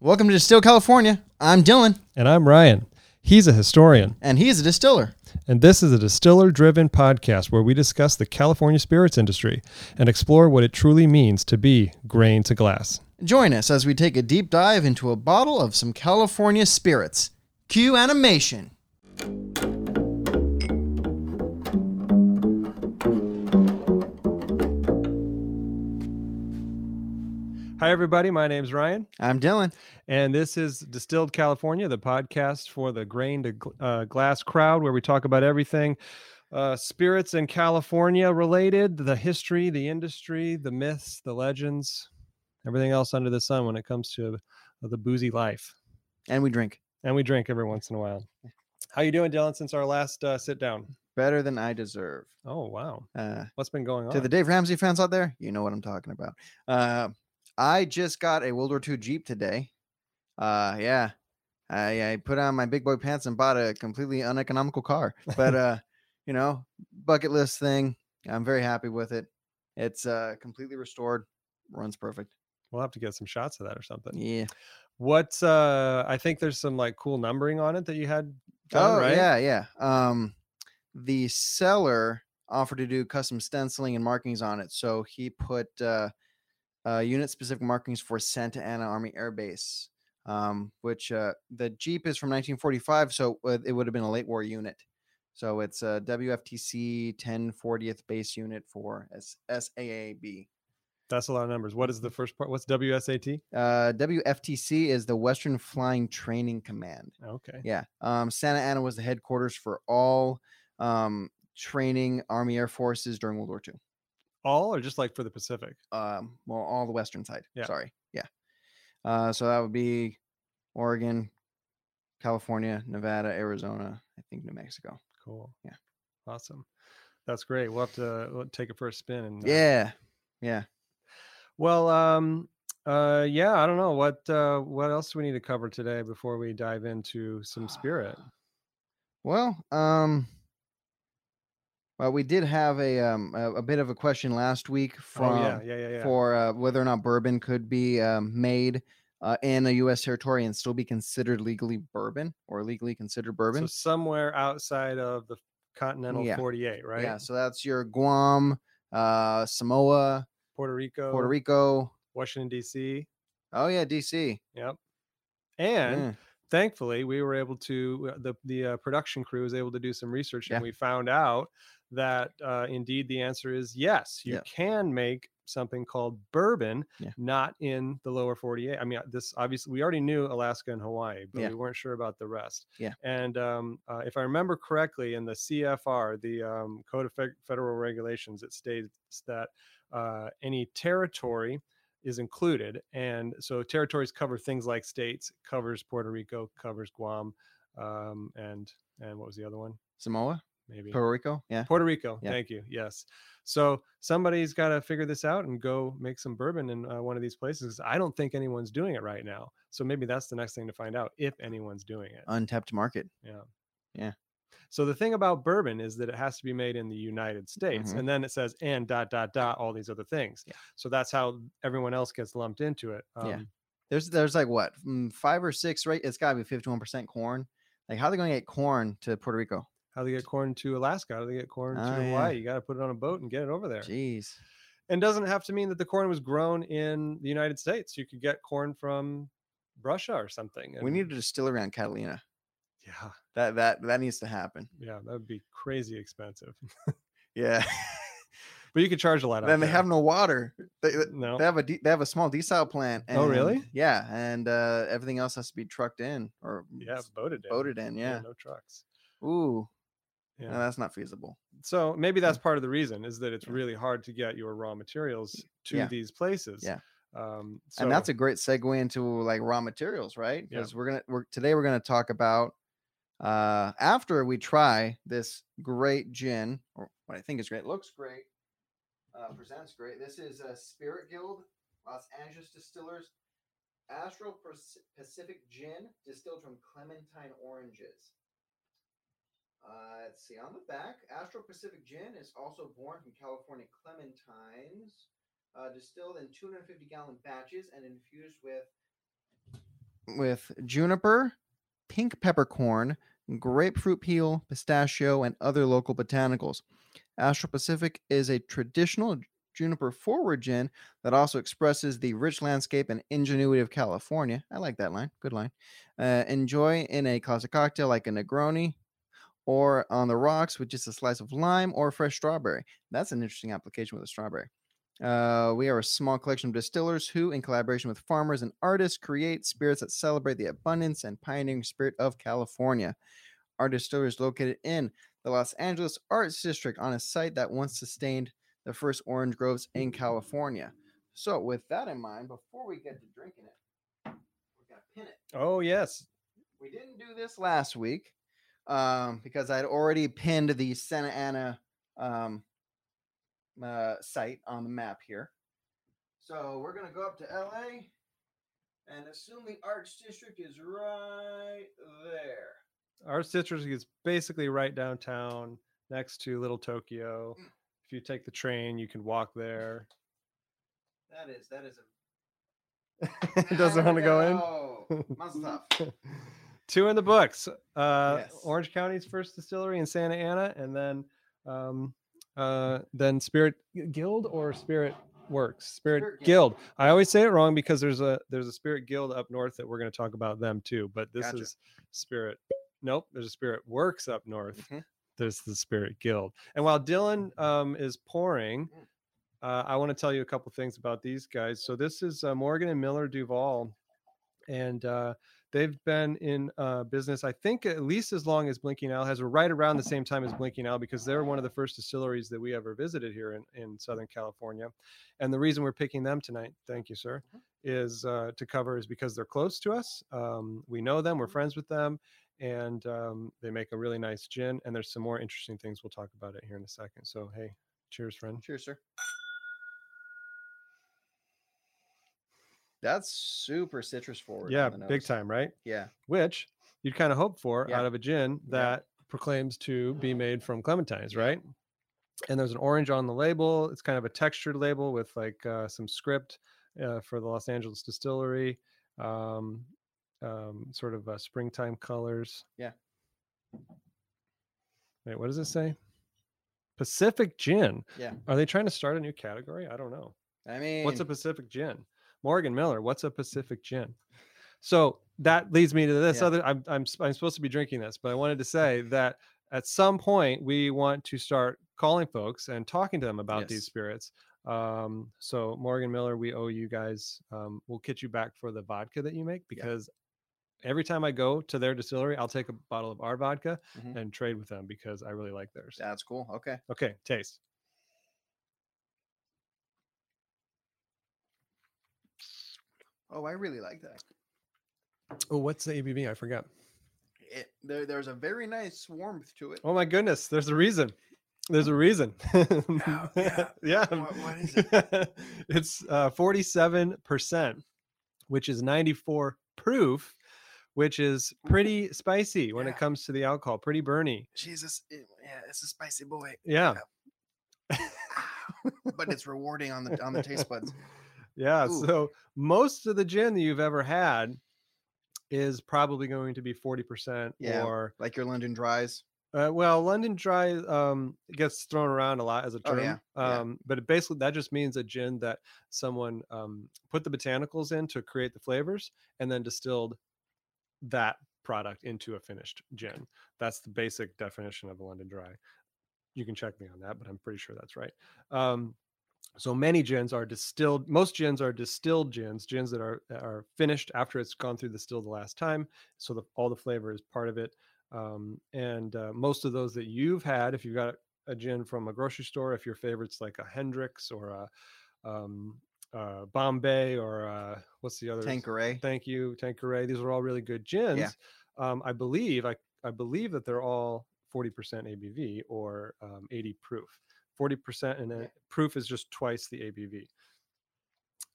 Welcome to Distill California. I'm Dylan, And I'm Ryan. He's a historian, and he's a distiller. and this is a distiller driven podcast where we discuss the California spirits industry and explore what it truly means to be grain to glass. Join us as we take a deep dive into a bottle of some California spirits. Cue animation. Hi, everybody. My name's Ryan, I'm Dylan. and this is Distilled California, the podcast for the grain to gl- uh, glass crowd where we talk about everything. Uh, spirits in California related, the history, the industry, the myths, the legends, everything else under the sun when it comes to uh, the boozy life. And we drink and we drink every once in a while. How you doing, Dylan? Since our last uh, sit down? better than I deserve. Oh wow, Uh, what's been going on? to the Dave Ramsey fans out there, you know what I'm talking about. Uh, I just got a World War II Jeep today. Uh, yeah, I, I put on my big boy pants and bought a completely uneconomical car, but uh, you know, bucket list thing. I'm very happy with it. It's uh, completely restored, runs perfect. we'll have to get some shots of that or something. Yeah. What's uh? I think there's some like cool numbering on it that you had. Done, Oh right? yeah, yeah. Um, the seller offered to do custom stenciling and markings on it, so he put uh, uh, unit-specific markings for Santa Ana Army Air Base, um, which uh, the Jeep is from 1945, so uh, it would have been a late war unit. So it's a WFTC 1040th base unit for S- SAAB. that's a lot of numbers. What is the first part? What's WSAT? Uh, WFTC is the Western Flying Training Command. Okay, Yeah. Um, Santa Ana was the headquarters for all um, training Army Air Forces during World War II. all or just like for the Pacific? Um, well, all the Western side. Yeah. Sorry. Yeah. Uh, so that would be Oregon, California, Nevada, Arizona, I think New Mexico. Cool. Yeah. awesome. That's great. We'll have to we'll take it for a spin and uh, Yeah. Yeah. Well, um, uh, yeah, I don't know what uh, what else do we need to cover today before we dive into some spirit. Oh, Well, um, well, we did have a um a, a bit of a question last week from oh yeah, yeah, yeah, yeah. for uh, whether or not bourbon could be um, made uh, in a U.S. territory and still be considered legally bourbon or legally considered bourbon. So somewhere outside of the continental Yeah. 48, right? Yeah, so that's your Guam, uh, Samoa, Puerto Rico, Puerto Rico. Washington D.C. Oh yeah, D.C. Yep. And Yeah. thankfully, we were able to the the uh, production crew was able to do some research, Yeah. and we found out that uh, indeed the answer is yes, you Yeah. can make something called bourbon, Yeah. not in the lower 48. I mean, this obviously we already knew Alaska and Hawaii, but Yeah. we weren't sure about the rest. Yeah. And um, uh, if I remember correctly, in the CFR, the um, Code of Fe- Federal Regulations, it states that uh, any territory is included. And so territories cover things like states, covers Puerto Rico, covers Guam, um, and and what was the other one? Samoa, Maybe Puerto Rico. Yeah, Puerto Rico. Yeah. Thank you. Yes. So somebody's got to figure this out and go make some bourbon in uh, one of these places. I don't think anyone's doing it right now. So maybe that's the next thing to find out if anyone's doing it. untapped market. Yeah. Yeah. So the thing about bourbon is that it has to be made in the United States. Mhm. And then it says and dot dot dot all these other things. Yeah. So that's how everyone else gets lumped into it. um, Yeah. There's there's like what mm, five or six, right? It's got to be fifty-one percent corn. Like how they going to get corn to Puerto Rico? How they get corn to Alaska? How do they get corn to Ah, yeah. Hawaii? You got to put it on a boat and get it over there. Jeez. and doesn't have to mean that the corn was grown in the United States. You could get corn from Russia or something. We and- need a distillery on Catalina. yeah, That that that needs to happen. yeah, that would be crazy expensive. Yeah. But you could charge a lot. out then they there. have no water. They, no. they have a de- they have a small desal plant. And, Oh, really? Yeah, and uh, everything else has to be trucked in or yeah, s- boated in. boated in. Yeah. no trucks. Ooh, Yeah. no, that's not feasible. so maybe that's part of the reason is that it's Mm. Yeah. really hard to get your raw materials to Yeah. these places. Yeah. Um, so, and that's a great segue into like raw materials, right? Yeah. Because we're gonna we're today we're gonna talk about uh after we try this great gin or what I think is great looks great uh presents great this is uh, spirit guild los angeles distillers astral Pac- pacific gin distilled from clementine oranges uh let's see on the back astral pacific gin is also born from california clementines uh, distilled in 250 gallon batches and infused with with juniper, pink peppercorn, grapefruit peel, pistachio, and other local botanicals. Astro Pacific is a traditional juniper forward gin that also expresses the rich landscape and ingenuity of California. I like that line. Good line. Uh, enjoy in a classic cocktail like a Negroni or on the rocks with just a slice of lime or fresh strawberry. That's an interesting application with a strawberry. Uh, we are a small collection of distillers who, in collaboration with farmers and artists, create spirits that celebrate the abundance and pioneering spirit of California. Our distillery is located in the Los Angeles Arts District on a site that once sustained the first orange groves in California. So, with that in mind, before we get to drinking it, we're gonna pin it. Oh yes. We didn't do this last week um, because I'd already pinned the Santa Ana um, uh, site on the map here. So we're gonna go up to LA, and assume the Arts District is right there. Our citrus is basically right downtown next to Little Tokyo. Mm. If you take the train, you can walk there. That is that is a. It doesn't want to go in. in. Mazel tov. Two in the books. Uh, Yes. Orange County's first distillery in Santa Ana, and then um, uh, then Spirit Guild or Spirit Works. Spirit, Spirit Guild. Guild. I always say it wrong because there's a there's a Spirit Guild up north that we're going to talk about them too. But this Gotcha. is Spirit. Nope, there's a Spirit Works up north. Mhm. There's the Spirit Guild. And while Dylan um, is pouring, Mm. uh, I want to tell you a couple things about these guys. So this is uh, Morgan and Miller Duval, and uh, they've been in uh, business, I think, at least as long as Blinking Owl has, or right around the same time as Blinking Owl, because they're one of the first distilleries that we ever visited here in, in Southern California. And the reason we're picking them tonight, thank you, sir, is uh, to cover is because they're close to us. Um, we know them, we're friends with them, and um, they make a really nice gin. And there's some more interesting things we'll talk about it here in a second. So hey, cheers, friend. Cheers, sir. That's super citrus forward. on Yeah, the big nose. time, right? Yeah, Which you'd kind of hope for Yeah. out of a gin Yeah. that proclaims to be made from clementines, right? And there's an orange on the label. It's kind of a textured label with like uh, some script uh, for the Los Angeles distillery, um, um, sort of uh, springtime colors. Yeah. Wait, what does it say? Pacific gin. Yeah. Are they trying to start a new category? I don't know. I mean, What's a Pacific gin? Morgan Miller, what's a Pacific gin? So that leads me to this Yeah. other. I'm, I'm s- I'm supposed to be drinking this, but I wanted to say that at some point we want to start calling folks and talking to them about Yes. these spirits. Um, so Morgan Miller, we owe you guys. Um, we'll get you back for the vodka that you make because every time I go to their distillery, I'll take a bottle of our vodka Mhm. and trade with them because I really like theirs. that's cool. Okay, Okay, taste. Oh, I really like that. Oh, what's the ABV? I forgot. It, Eh, there, there's a very nice warmth to it. Oh my goodness, there's a reason. There's a reason. yeah. yeah. What- what is it's uh, 47%, which is 94 proof, which is pretty spicy when Mm. Yeah. it comes to the alcohol, pretty burny. Jesus, it- yeah, it's a spicy boy, Yeah. but it's rewarding on the on the taste buds. Yeah. Ooh. So most of the gin that you've ever had is probably going to be 40% Yeah. or Like your London dries. Uh, well, London Dry um, gets thrown around a lot as a Oh, term, yeah, yeah. Um, but it basically that just means a gin that someone um, put the botanicals in to create the flavors and then distilled that product into a finished gin. That's the basic definition of a London Dry. You can check me on that, but I'm pretty sure that's right. Um, so many gins are distilled. Most gins are distilled gins, gins that are that are finished after it's gone through the still the last time. So the, all the flavor is part of it. Um, and uh, most of those that you've had, if you've got a gin from a grocery store, if your favorite's like a Hendrix or a um, uh, Bombay or a, what's the other Tanqueray. Thank you, Tanqueray. These are all really good gins. Um, I believe I, I believe that they're all 40% ABV or um, 80 proof. 40% and then Yeah. proof is just twice the ABV.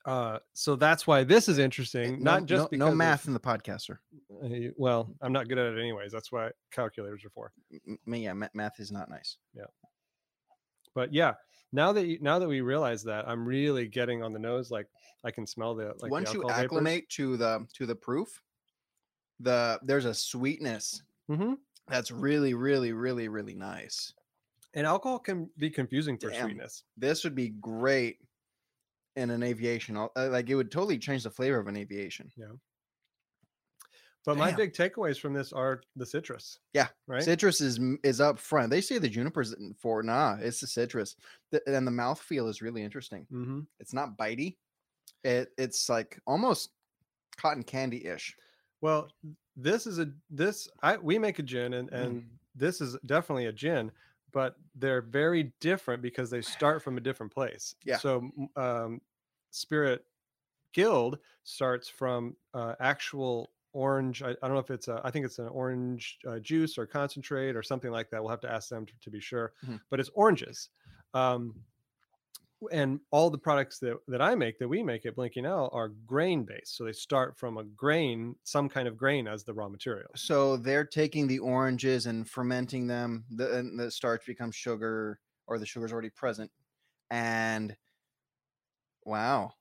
Uh, so that's why this is interesting. Eh, No- not just no, because no of- math in the podcaster. uh, well, I'm not good at it anyways. That's why calculators are for. Yeah, ma- math is not nice. But yeah, now that you, now that we realize that, I'm really getting on the nose. Like I can smell the like the Once you alcohol vapors. acclimate to the to the proof, the there's a sweetness hmm that's really, really, really, really nice. And alcohol can be confusing for Damn. sweetness. This would be great in an aviation. al- uh, Like it would totally change the flavor of an aviation. But my Damn. big takeaways from this are the citrus. Yeah, Right. Citrus is m- is up front. They say the junipers for nah, it's the citrus. The, and the mouthfeel is really interesting. hmm It's not bitey. It it's like almost cotton candy ish. Well, this is a this I we make a gin Mm. and and this is definitely a gin, but they're very different because they start from a different place. Yeah. So m- um, Spirit Guild starts from uh, actual orange. I, I don't know if it's a, I think it's an orange uh, juice or concentrate or something like that. We'll have to ask them to, to be sure, Mhm. but it's oranges. Um, and all the products that, that I make that we make at Blinking Owl are grain based. So they start from a grain, some kind of grain as the raw material. So they're taking the oranges and fermenting them. The, and the starch becomes sugar, or the sugar's already present. And wow,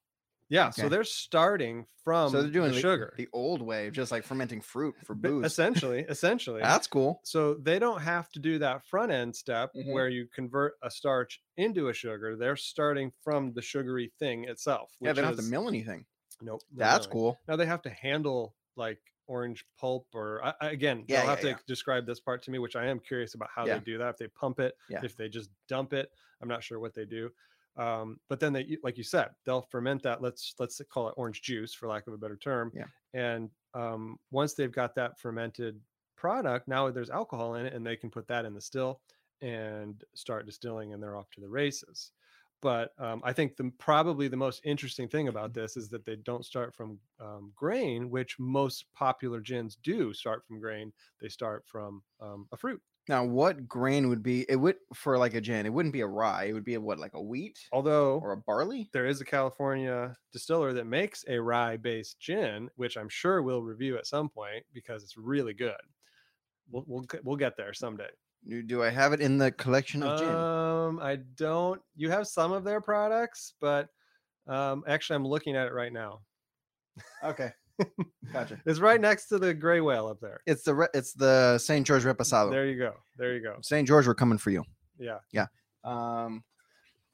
Yeah, so Okay. they're starting from so they're doing Um, the the- sugar. the old way, of just like fermenting fruit for Ba- booze. essentially, essentially. That's cool. so they don't have to do that front end step Mhm. where you convert a starch into a sugar. They're starting from the sugary thing itself. Yeah, which they don't have is- to mill anything. Nope. no That's milling. cool. Now they have to handle like orange pulp or I, I- again, Yeah, they'll have yeah, to yeah. describe this part to me, which I am curious about how Yeah. they do that. If they pump it, Yeah. if they just dump it, I'm not sure what they do. Um, but then they, like you said, they'll ferment that. Let's let's call it orange juice for lack of a better term. Yeah. And um, once they've got that fermented product, now there's alcohol in it, and they can put that in the still and start distilling, and they're off to the races but um, I think the probably the most interesting thing about Mm-hmm. this is that they don't start from um, grain, which most popular gins do start from grain. They start from um, a fruit. Now, what grain would be it would for like a gin? It wouldn't be a rye. It would be a what, like a wheat Although or a barley? there is a California distiller that makes a rye-based gin, which I'm sure we'll review at some point because it's really good. We'll we'll, get- we'll get there someday. Do- Do I have it in the collection of gin? Um, I don't. You have some of their products, but um, actually, I'm looking at it right now. Okay, gotcha. It's right next to the gray whale up there. It's the re- it's the St. George Reposado. There you go. There you go. St. George, we're coming for you. Yeah, Um,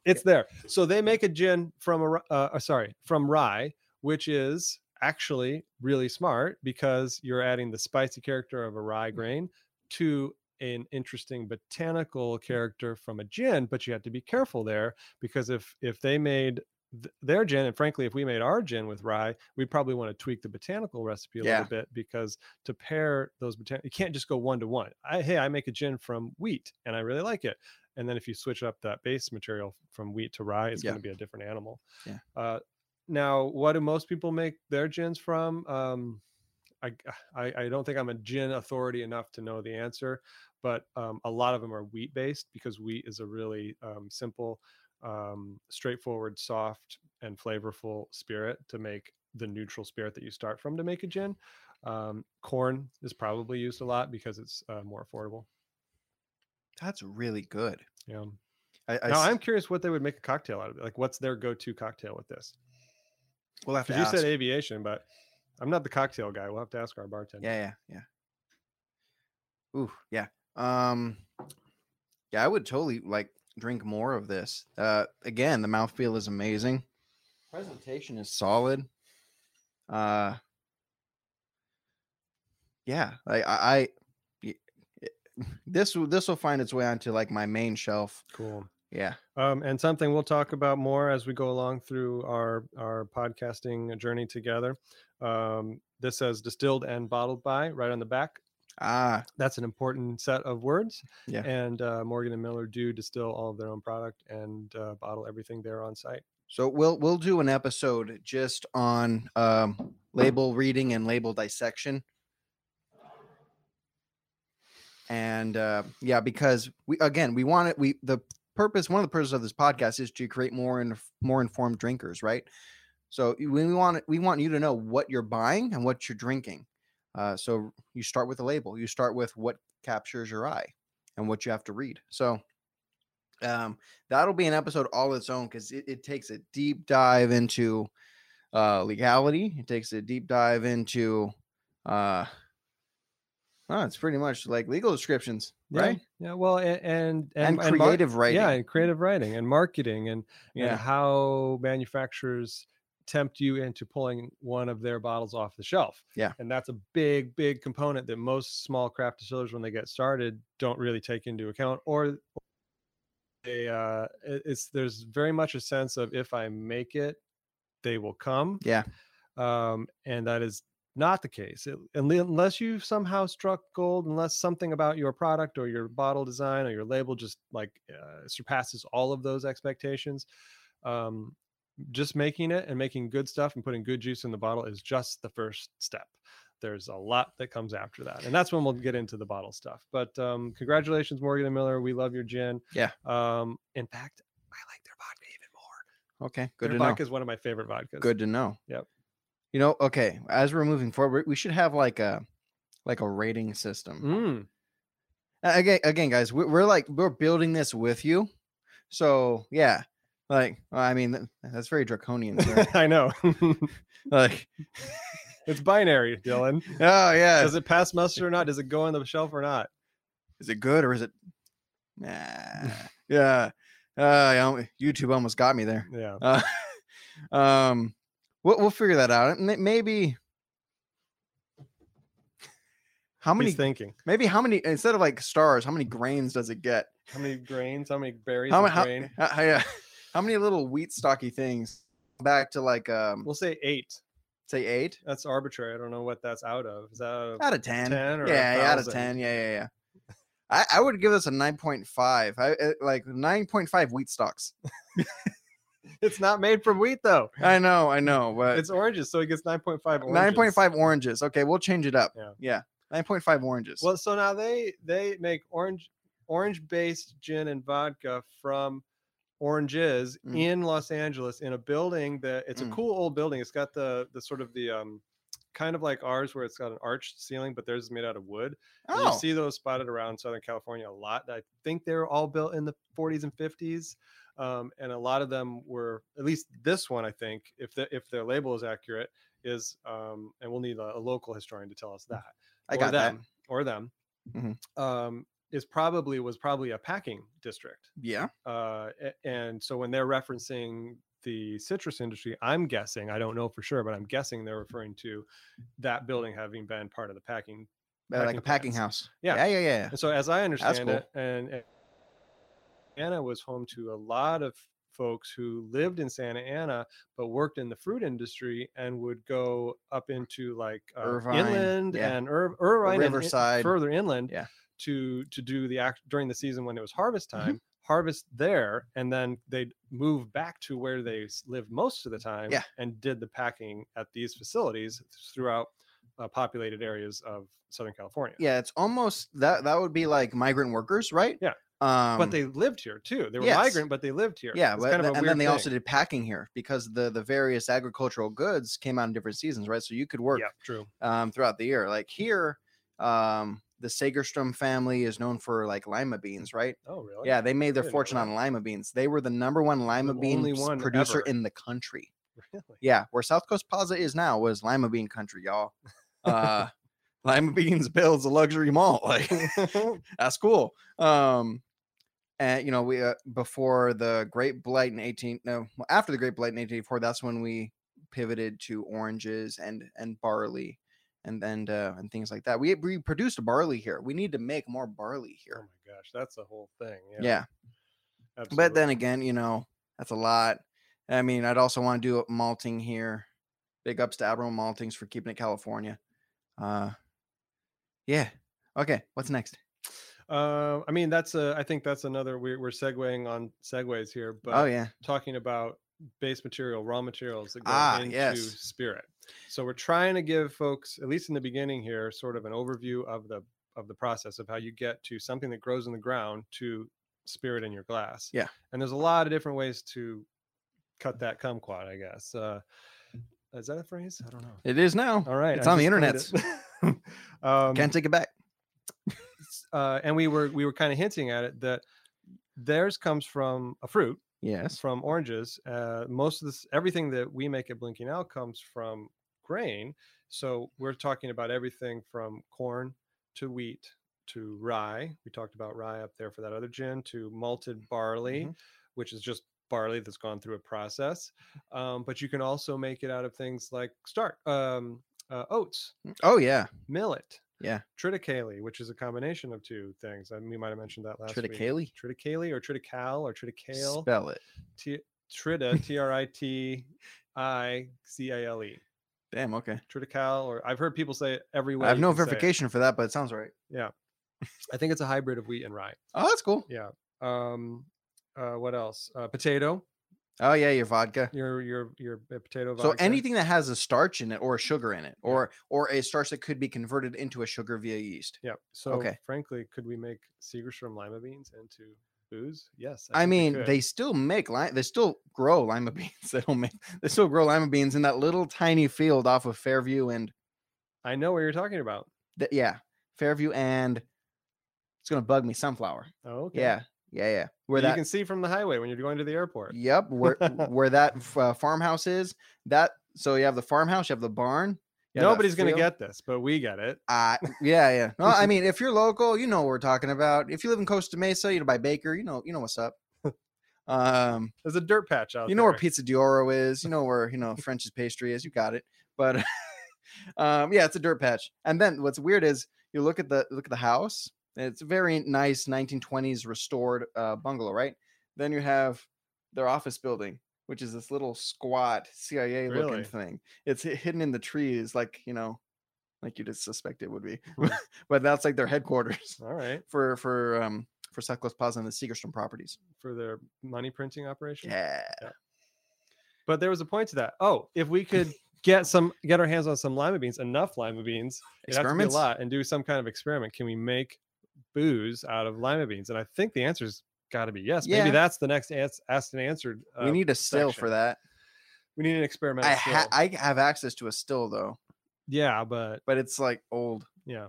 it's there. So they make a gin from a ri- uh, uh, sorry from rye, which is actually really smart because you're adding the spicy character of a rye grain to an interesting botanical character from a gin. But you have to be careful there because if if they made th- their gin and frankly if we made our gin with rye we probably want to tweak the botanical recipe a Yeah. little bit because to pair those botan- you can't just go one to one I, hey i make a gin from wheat and i really like it and then if you switch up that base material from wheat to rye it's Yeah. going to be a different animal Yeah. uh, now what do most people make their gins from um, I, I i don't think i'm a gin authority enough to know the answer but um, a lot of them are wheat based because wheat is a really um, simple um, straightforward, soft, and flavorful spirit to make the neutral spirit that you start from to make a gin. Um, corn is probably used a lot because it's uh, more affordable. that's really good. Yeah. I, I Now s- I'm curious what they would make a cocktail out of it. Like, what's their go-to cocktail with this? we'll have to Because ask. you said aviation, but I'm not the cocktail guy. We'll have to ask our bartender. yeah, yeah, yeah. Ooh, yeah. Um, yeah, I would totally like drink more of this. Uh, again, the mouthfeel is amazing. Presentation is solid. Uh, yeah, like I, I y- it- this will this will find its way onto like my main shelf. Cool. Yeah. um, and something we'll talk about more as we go along through our our podcasting journey together. Um, this says distilled and bottled by right on the back. Ah, that's an important set of words. Yeah. And uh, Morgan and Miller do distill all of their own product and uh, bottle everything there on site. So we'll we'll do an episode just on um, label reading and label dissection. And uh, yeah, because we again we want it. We the purpose one of the purposes of this podcast is to create more and more informed drinkers, right? So y- we want we want you to know what you're buying and what you're drinking. Uh, so you start with a label. You start with what captures your eye and what you have to read. So um, that'll be an episode all its own because it, it takes a deep dive into uh, legality. It takes a deep dive into uh, Oh, it's pretty much like legal descriptions, Yeah, right? Yeah. Well, and and And, mar- creative writing. Yeah, and creative writing and marketing and Yeah. and how manufacturers tempt you into pulling one of their bottles off the shelf. Yeah. And that's a big, big component that most small craft distillers, when they get started, don't really take into account or they uh it- it's there's very much a sense of if I make it, they will come. Yeah. Um, and that is not the case It- unle- unless you've somehow struck gold unless something about your product or your bottle design or your label just like uh, surpasses all of those expectations um, just making it and making good stuff and putting good juice in the bottle is just the first step there's a lot that comes after that and that's when we'll get into the bottle stuff but um, congratulations morgan and miller we love your gin Yeah. um, in fact i like their vodka even more Okay. Good their to know. vodka is one of my favorite vodkas Good to know. Yep. You know, okay. As we're moving forward, we should have like a like a rating system. mm, Uh, again again guys we- we're like we're building this with you so yeah like i mean th- that's very draconian sir. i know like it's binary dylan oh yeah Does it pass muster or not? Does it go on the shelf or not? is it good or is it nah yeah uh I almo- youtube almost got me there Yeah. uh, um we'll, we'll figure that out M- maybe how many He's thinking? maybe how many instead of like stars how many Mm. grains does it get How many grains? How many berries? how, in ma- a how, grain? how, how, yeah. how many little wheat stocky things back to like um We'll say eight. say eight That's arbitrary. I don't know what that's out of. Is that out of out of ten, 10 or a yeah, yeah out of thousand? 10 yeah yeah yeah I, I would give this a 9.5 I, uh, like 9.5 wheat stalks it's not made from wheat though. i know i know but It's oranges, so he gets nine point five. 9.5 oranges okay we'll change it up Yeah. yeah, 9.5 oranges Well, so now they they make orange orange based gin and vodka from oranges Mm. in Los Angeles in a building that it's Mm. a cool old building. It's got the the sort of the um kind of like ours where it's got an arched ceiling, but theirs is made out of wood. And oh You see those spotted around Southern California a lot. I think they were all built in the 40s and 50s, um, and a lot of them were. At least this one, I think, if the, if their label is accurate, is um, and we'll need a, a local historian to tell us that Mm, i or got that them. or them Mhm. um, is probably was probably a packing district, yeah uh, a- and so when they're referencing the citrus industry, I'm guessing I don't know for sure, but I'm guessing they're referring to that building having been part of the packing uh, like packing a packing plants. house Yeah. yeah yeah yeah, and so, as I understand cool. it, and, and Anna was home to a lot of folks who lived in Santa Ana but worked in the fruit industry and would go up into like uh, Irvine, inland yeah. and Ir- Irvine, and in- Riverside. further inland, Yeah. Mm-hmm. to to do the act during the season when it was harvest time. Harvest there, and then they'd move back to where they s- lived most of the time, Yeah. and did the packing at these facilities throughout uh, populated areas of Southern California. yeah it's almost that that would be like migrant workers right Yeah. um but they lived here too. They were yes. migrant, but they lived here. Yeah, It's but kind of th- a and then weird they also thing. did packing here because the the various agricultural goods came out in different seasons, right? So you could work Yeah, true. um, throughout the year. Like here, um, the Sagerstrom family is known for like lima beans, right? Oh, really? Yeah, they made I didn't their know fortune that. on lima beans. They were the number one lima The bean only s- one producer ever. in the country. Really? Yeah, where South Coast Plaza is now was lima bean country, y'all. Uh, lima beans builds a luxury mall. Like Oh that's cool. Um, and you know, we uh, before the Great Blight in eighteen, no, well, after the Great Blight in eighteen eighty four, that's when we pivoted to oranges and and barley, and and uh, and things like that. We we produced barley here. We need to make more barley Oh here. my gosh, that's the whole thing. Um, Yeah. Yeah, but then absolutely. again, you know, that's a lot. I mean, I'd also want to do a malting here. Big ups to Admiral Maltings for keeping it California. Uh, yeah. Okay, what's next? Uh, I mean, that's a. I think that's another. We're we're segueing on segues here, but oh yeah. talking about base material, raw materials that go Ah, into yes. spirit. So we're trying to give folks, at least in the beginning here, sort of an overview of the of the process of how you get to something that grows in the ground to spirit in your glass. Yeah. And there's a lot of different ways to cut that kumquat, I guess. Uh, is that a phrase? I don't know. It is now. All right. It's I on the just coined it. um, Can't take it back. s- uh, and we were we were kind of hinting at it that theirs comes from a fruit Yes. from oranges. Uh, most of this, everything that we make at Blinking Owl comes from grain. So we're talking about everything from corn to wheat to rye. We talked about rye up there for that other gin to malted barley, Mhm. which is just barley that's gone through a process. Um, but you can also make it out of things like start um, uh, oats, Oh yeah, millet, Yeah. triticale, which is a combination of two things. And we might have mentioned that last week. triticale. Triticale or triticale or triticale, Spell it. T- trita, T R I T I C A L E. Damn. Okay. Triticale, or I've heard people say it every way. I have you no can say it. verification for that, but it sounds right. I think it's a hybrid of wheat and rye. Oh, that's cool. Yeah. Um, uh, what else? Uh, potato. Oh yeah, your vodka. Your your your uh, potato. So vodka. anything that has a starch in it or a sugar in it, or or a starch that could be converted into a sugar via yeast. Yeah. So Okay. frankly, could we make Segerstrom lima beans into booze? Yes. I think we mean, could. they still make lime. They still grow lima beans. They don't make. They still grow lima beans in that little tiny field off of Fairview and I know what you're talking about. th- yeah, Fairview and it's gonna bug me. Sunflower. Oh, okay. Yeah, yeah, yeah. Where you that can see from the highway when you're going to the airport. Yep, where where that f- uh, farmhouse is. That so you have the farmhouse, you have the barn. you have that Nobody's gonna field. get this, but we get it. Uh, yeah, yeah. No, I mean, if you're local, you know what we're talking about. If you live in Costa Mesa, you know by Baker, you know, you know what's up. Um, There's a dirt patch out. you know where there. Pizza Dioro is. You know where you know French's pastry is. You got it. But um, yeah, it's a dirt patch. And then what's weird is you look at the look at the house. and It's a very nice 1920s restored uh, bungalow, right? Then you have their office building, which is this little squat CIA Really? looking thing. It's hi- hidden in the trees, like you know, like you just suspect it would be. Hmm. but that's like their headquarters All right, for for um for Southwest Plaza and the Segerstrom properties. for their money printing operation. Yeah. But there was a point to that. Oh, if we could get some, get our hands on some lima beans, enough lima beans, it'd have to be a Experiments? lot, and do some kind of experiment. Can we make booze out of lima beans? And I think the answer's got to be yes. Maybe Yeah. that's the next ans- asked and answered. Uh, we need a still section. for that. we need an experiment. I ha- I have access to a still though, yeah, but but it's like old, yeah,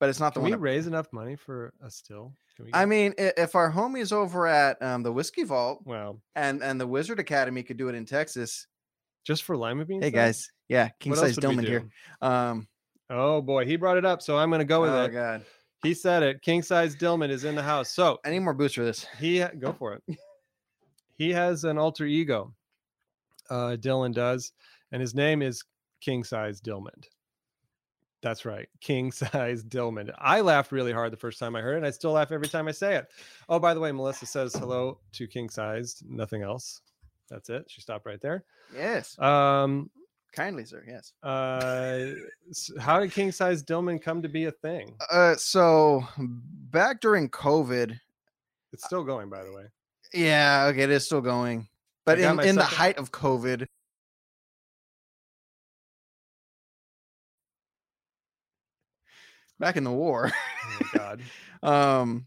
but it's not the can we one. that- raise enough money for a still? Can we I get- mean, i- if our homies over at um, the Whiskey Vault well, and and the Wizard Academy could do it in Texas, just for lima beans. hey though? guys, yeah, King What else Size would we Dillman here. do? Um, Oh boy, he brought it up, so I'm gonna go with oh it. god, He said it. King size Dillman is in the house. So I need more boots for this. he ha- go for it. He has an alter ego. Uh, Dylan does, and his name is King Size Dillman. That's right, King Size Dillman. I laughed really hard the first time I heard it, and I still laugh every time I say it. Oh, by the way, Melissa says hello to King Size. Nothing else. That's it. She stopped right there. Yes, Um, kindly sir. Yes. uh, s- how did King Size Dillman come to be a thing? Uh, so back during COVID, It's still going, by the way. yeah, okay, it is still going, but got in my in the second- height of COVID, back in the war. Oh my God. um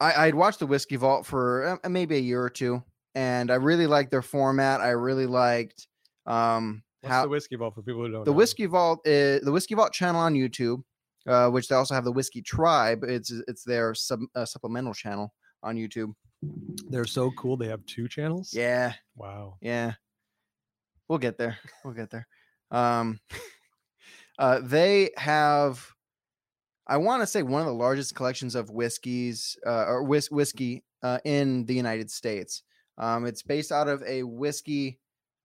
i i'd watched the whiskey vault for uh, maybe a year or two and i really liked their format i really liked um What's how the whiskey ball for people who don't know? the whiskey vault is the whiskey vault channel on youtube uh which they also have the whiskey tribe it's it's their sub, uh, supplemental channel on youtube They're so cool. They have two channels. yeah Wow. Yeah. We'll get there. We'll get there. Um uh they have I want to say one of the largest collections of whiskeys uh, or whis- whiskey uh, in the United States. Um, it's based out of a whiskey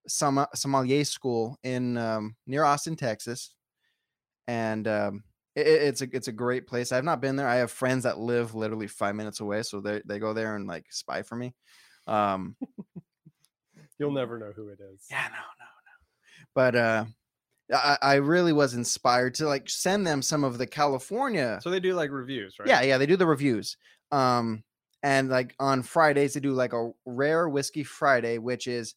som- sommelier school in um, near Austin, Texas, and um, i- i- it's a it's a great place. I've not been there. I have friends that live literally five minutes away, so they they go there and like spy for me. Um, You'll never know who it is. yeah, no, no, no. But uh, I, I really was inspired to like send them some of the California. So they do like reviews, right? Yeah, yeah, they do the reviews. Um, and like on Fridays they do like a rare whiskey Friday, which is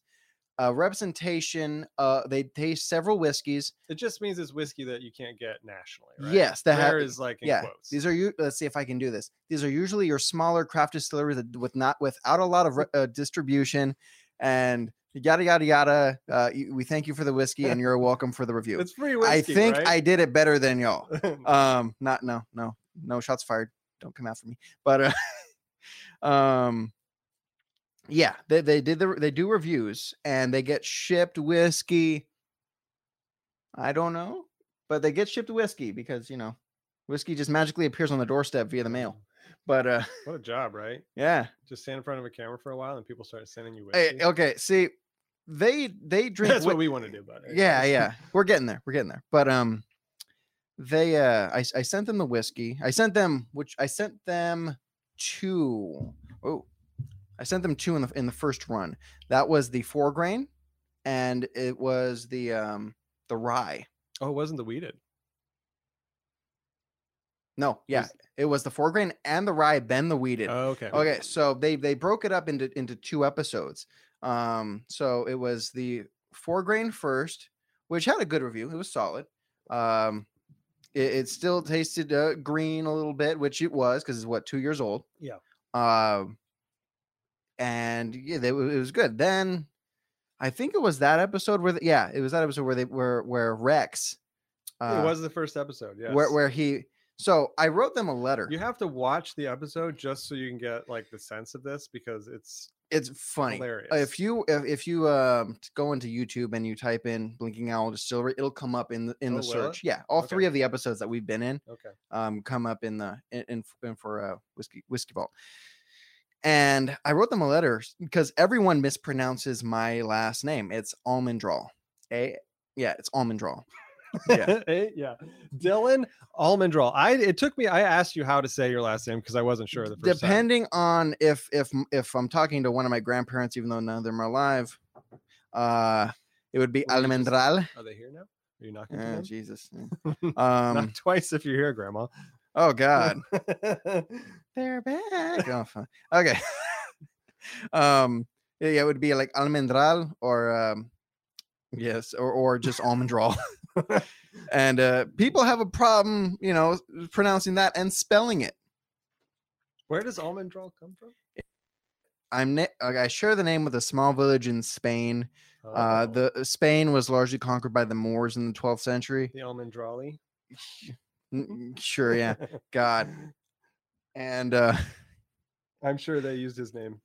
a representation. Uh, they taste several whiskeys. It just means it's whiskey that you can't get nationally, right? Yes, that Rare have is like in yeah, quotes. these are you. Let's see if I can do this. These are usually your smaller craft distilleries that with not without a lot of re- uh, distribution, and yada yada yada. Uh, y- we thank you for the whiskey, and you're welcome for the review. it's free I whiskey. think I right? did it better than y'all. I. Um, not no, no, no shots fired. Don't come after me. But uh, um, yeah, they they did the they do reviews and they get shipped whiskey. I don't know, but they get shipped whiskey because you know Whiskey just magically appears on the doorstep via the mail. But uh, What a job, right? yeah. Just stand in front of a camera for a while and people start sending you Hey, whiskey. okay. See, they they drink. That's whi- what we want to do, buddy. yeah yeah we're getting there we're getting there but um they uh I, s- I sent them the whiskey i sent them which i sent them two oh i sent them two in the in the first run that was the four grain and it was the um the rye Oh, it wasn't the weeded. no yeah Was- it was the four grain and the rye then the weeded Oh, okay. okay so they they broke it up into into two episodes um so it was the four grain first which had a good review it was solid um it, it still tasted uh, green a little bit which it was because it's what two years old Yeah. um and yeah they, w- it was good then i think it was that episode where the, yeah it was that episode where they where where rex uh it was the first episode. Yes. where, where he so i wrote them a letter you have to watch the episode just so you can get like the sense of this because it's it's funny hilarious. Uh, if you if, if you um t- go into YouTube and you type in Blinking Owl Distillery, it'll come up in the in Oh, the will search. it? Yeah, all Okay. three of the episodes that we've been in okay. um come up in the in, in, f- in for uh, whiskey whiskey vault. And I wrote them a letter because everyone mispronounces my last name. It's Almondral. A yeah, it's Almondral. Yeah. Eh, yeah. Dylan Almondral. I it took me I asked you how to say your last name because I wasn't sure the first time. Depending on if if m- if I'm talking to one of my grandparents, even though none of them are alive, uh, it would be Or you just- Almendral. Are they here now? Are you knocking to Oh, them? Jesus. yeah. Um, Knock twice if you're here, Grandma. Oh God, they're back. Oh, fu- okay. um, yeah, yeah, it would be like almendral or um, yes, or or just almendral. and uh, people have a problem, you know, pronouncing that and spelling it. Where does Almondral come from? I'm na- okay, I share the name with a small village in Spain. Uh, Oh, the Spain was largely conquered by the Moors in the 12th century. the Almondrali. N- Sure, yeah, God, and. uh I'm sure they used his name.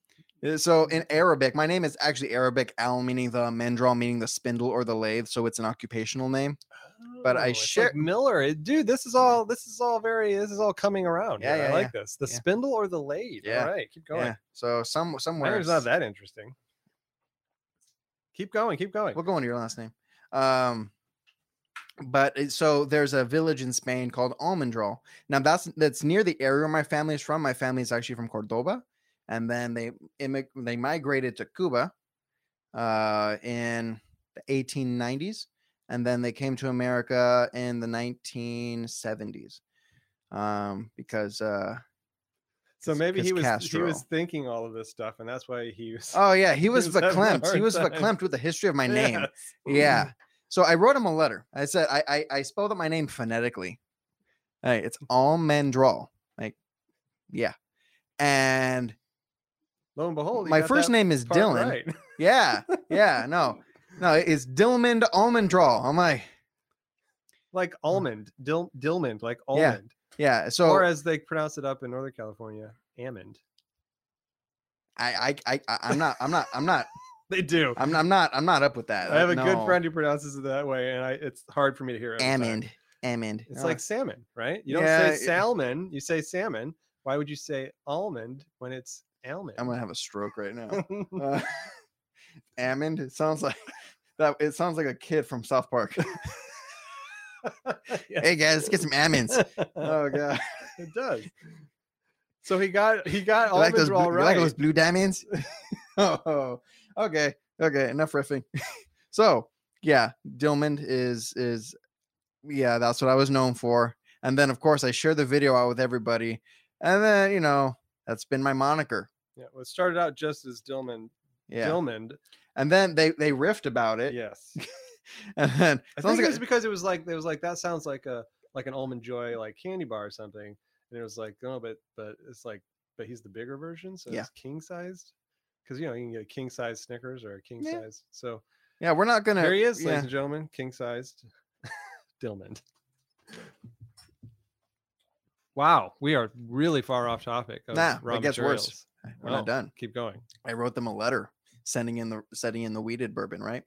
Uh, So in Arabic, my name is actually Arabic al meaning the mendral meaning the spindle or the lathe, so it's an occupational name. But I Oh, it's like share- Miller. It- Dude, this is all this is all very this is all coming around. Yeah, Yeah, I yeah, like this. The yeah. spindle or the lathe. Yeah, All right, keep going. Yeah. So some My somewhere name's not that interesting. Keep going, keep going. we'll go into your last name. Um but it- so there's a village in Spain called Almendral. Now that's that's near the area where my family is from. My family is actually from Cordoba, and then they immig- they migrated to Cuba uh, in the 1890s, and then they came to America in the 1970s um, because uh, So It's- maybe it's he was he was Castro. thinking all of this stuff, and that's why he was. oh yeah, he was was having a verklempt. He hard was time. verklempt with the history of my name. Yes. Yeah. So I wrote him a letter. I said I I, I spelled out my name phonetically. Hey, Mm. it's Almendral. Like, yeah. And Lo and behold, he my got first that name is part Dylan. right. Yeah. Yeah. No. No, it's Dilmond Almendral. I'm like, like almond, Dil- Dilmond, like Mm. Yeah. almond, yeah. So or as they pronounce it up in Northern California, almond. I, I I I- I'm not I'm not I'm not They do. I'm I'm not I'm not up with that. I have a good No. friend who pronounces it that way, and I, it's hard for me to hear. every time. Amond. Amond. It's Oh, like salmon, right? You don't Yeah, say it- salmon. You say salmon. Why would you say almond when it's almond? I'm gonna have a stroke right now. Uh, Amond. It sounds like that. It sounds like a kid from South Park. hey guys, let's get some almonds. Oh god. It does. So he got he got You like those almonds blue, all you like right. those blue diamonds? oh, okay. Okay, enough riffing. so, yeah, Dillman is is yeah, that's what I was known for. And then of course I share the video out with everybody. And then, you know, that's been my moniker. yeah, well, it started out just as Dillman. Yeah. Dillmond. And then they they riffed about it. Yes. And then I sounds think it like was because it was like it was like that sounds like a like an almond joy like candy bar or something, and it was like no, but but it's like but he's the bigger version, so Yeah. it's king sized. Because you know you can get a king size Snickers or a king Yeah. size. So yeah, we're not gonna there he is, ladies yeah. and gentlemen, king sized Dillmond. Wow, we are really far off topic. Of Nah, raw it gets worse. materials. We're Oh. not done. Keep going. I wrote them a letter sending in the setting in the weeded bourbon, right?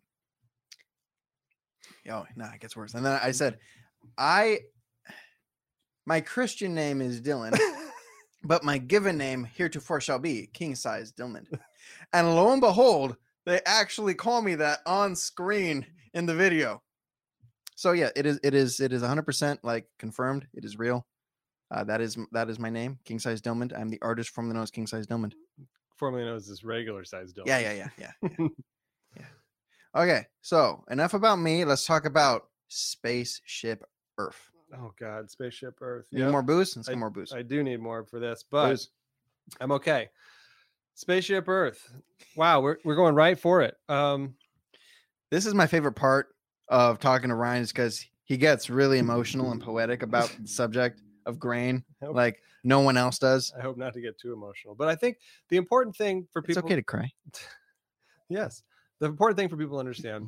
Oh, Yo, no, it gets worse. And then I said, I My Christian name is Dylan, but my given name heretofore shall be King Size Dylan. And lo and behold, they actually call me that on screen in the video. So yeah, it is it is it is 100% like confirmed. It is real. Uh, that is that is my name, King Size Dilmond. I'm the artist from the nose, King Size Dilmond. Formerly known as this regular size Dylan. Yeah, yeah, yeah, yeah, yeah. yeah. Okay, so enough about me. Let's talk about Spaceship Earth. Oh God, spaceship Earth. Need Yep. more booze and some more booze. I do need more for this, but I'm okay. Spaceship Earth. Wow, we're we're going right for it. Um, this is my favorite part of talking to Ryan is because he gets really emotional and poetic about the subject of grain, Nope. like no one else does. I hope not to get too emotional, but I think the important thing for It's people. okay to cry. Yes. The important thing for people to understand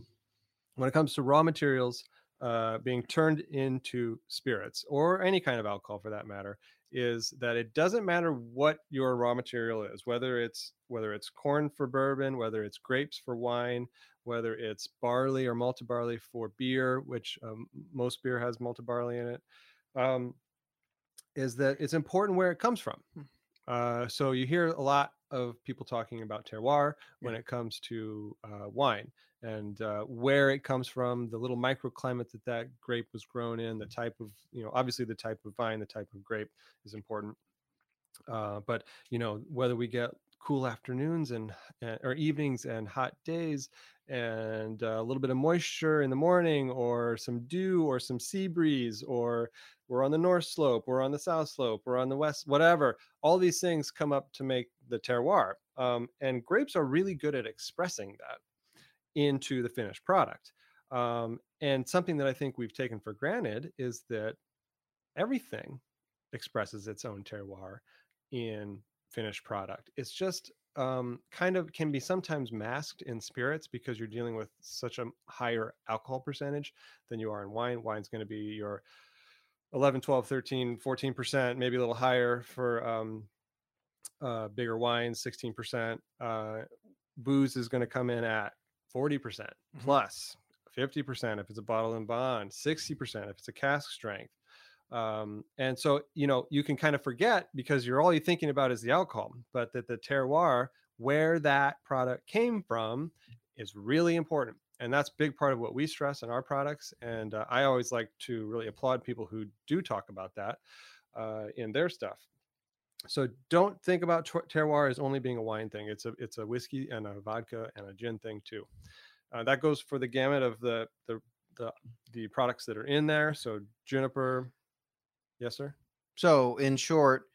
when it comes to raw materials uh, being turned into spirits or any kind of alcohol for that matter is that it doesn't matter what your raw material is whether it's whether it's corn for bourbon whether it's grapes for wine whether it's barley or malted barley for beer which um, most beer has malted barley in it um, is that it's important where it comes from uh, so you hear a lot of people talking about terroir when it comes to uh, wine and uh, where it comes from, the little microclimate that that grape was grown in, the type of you know obviously the type of vine, the type of grape is important. Uh, but you know whether we get cool afternoons and, and or evenings and hot days and uh, a little bit of moisture in the morning or some dew or some sea breeze or we're on the north slope we're on the south slope we're on the west whatever all these things come up to make the terroir um, and grapes are really good at expressing that into the finished product. Um, and something that I think we've taken for granted is that everything expresses its own terroir in finished product. It's just um, kind of can be sometimes masked in spirits because you're dealing with such a higher alcohol percentage than you are in wine. Wine's going to be your 11, 12, 13, 14%, maybe a little higher for um, uh, bigger wines, 16%. Uh, booze is going to come in at 40% percent Mhm. plus 50% if it's a bottle and bond, 60% if it's a cask strength. Um, and so, you know, you can kind of forget because you're all you're thinking about is the alcohol, but that the terroir, where that product came from, is really important. And that's a big part of what we stress in our products. And uh, I always like to really applaud people who do talk about that uh, in their stuff. So don't think about ter- terroir as only being a wine thing. It's a it's a whiskey and a vodka and a gin thing too. Uh, that goes for the gamut of the the the the products that are in there. So juniper, yes, sir. So, in short,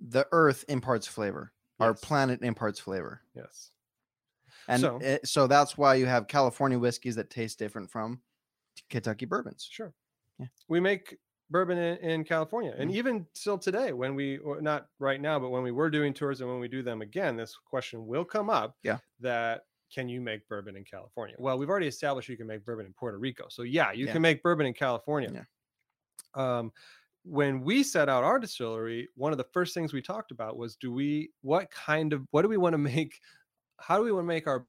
the earth imparts flavor. Our Yes. planet imparts flavor. Yes. And So- so, so that's why you have California whiskeys that taste different from Kentucky bourbons. Sure. Yeah. We make bourbon in, in California. And Mhm. even still today, when we, or not right now, but when we were doing tours and when we do them again, this question will come up. Yeah. That can you make bourbon in California? Well, we've already established you can make bourbon in Puerto Rico. So yeah, you Yeah. can make bourbon in California. Yeah. Um, when we set out our distillery, one of the first things we talked about was do we, what kind of, what do we want to make? How do we want to make our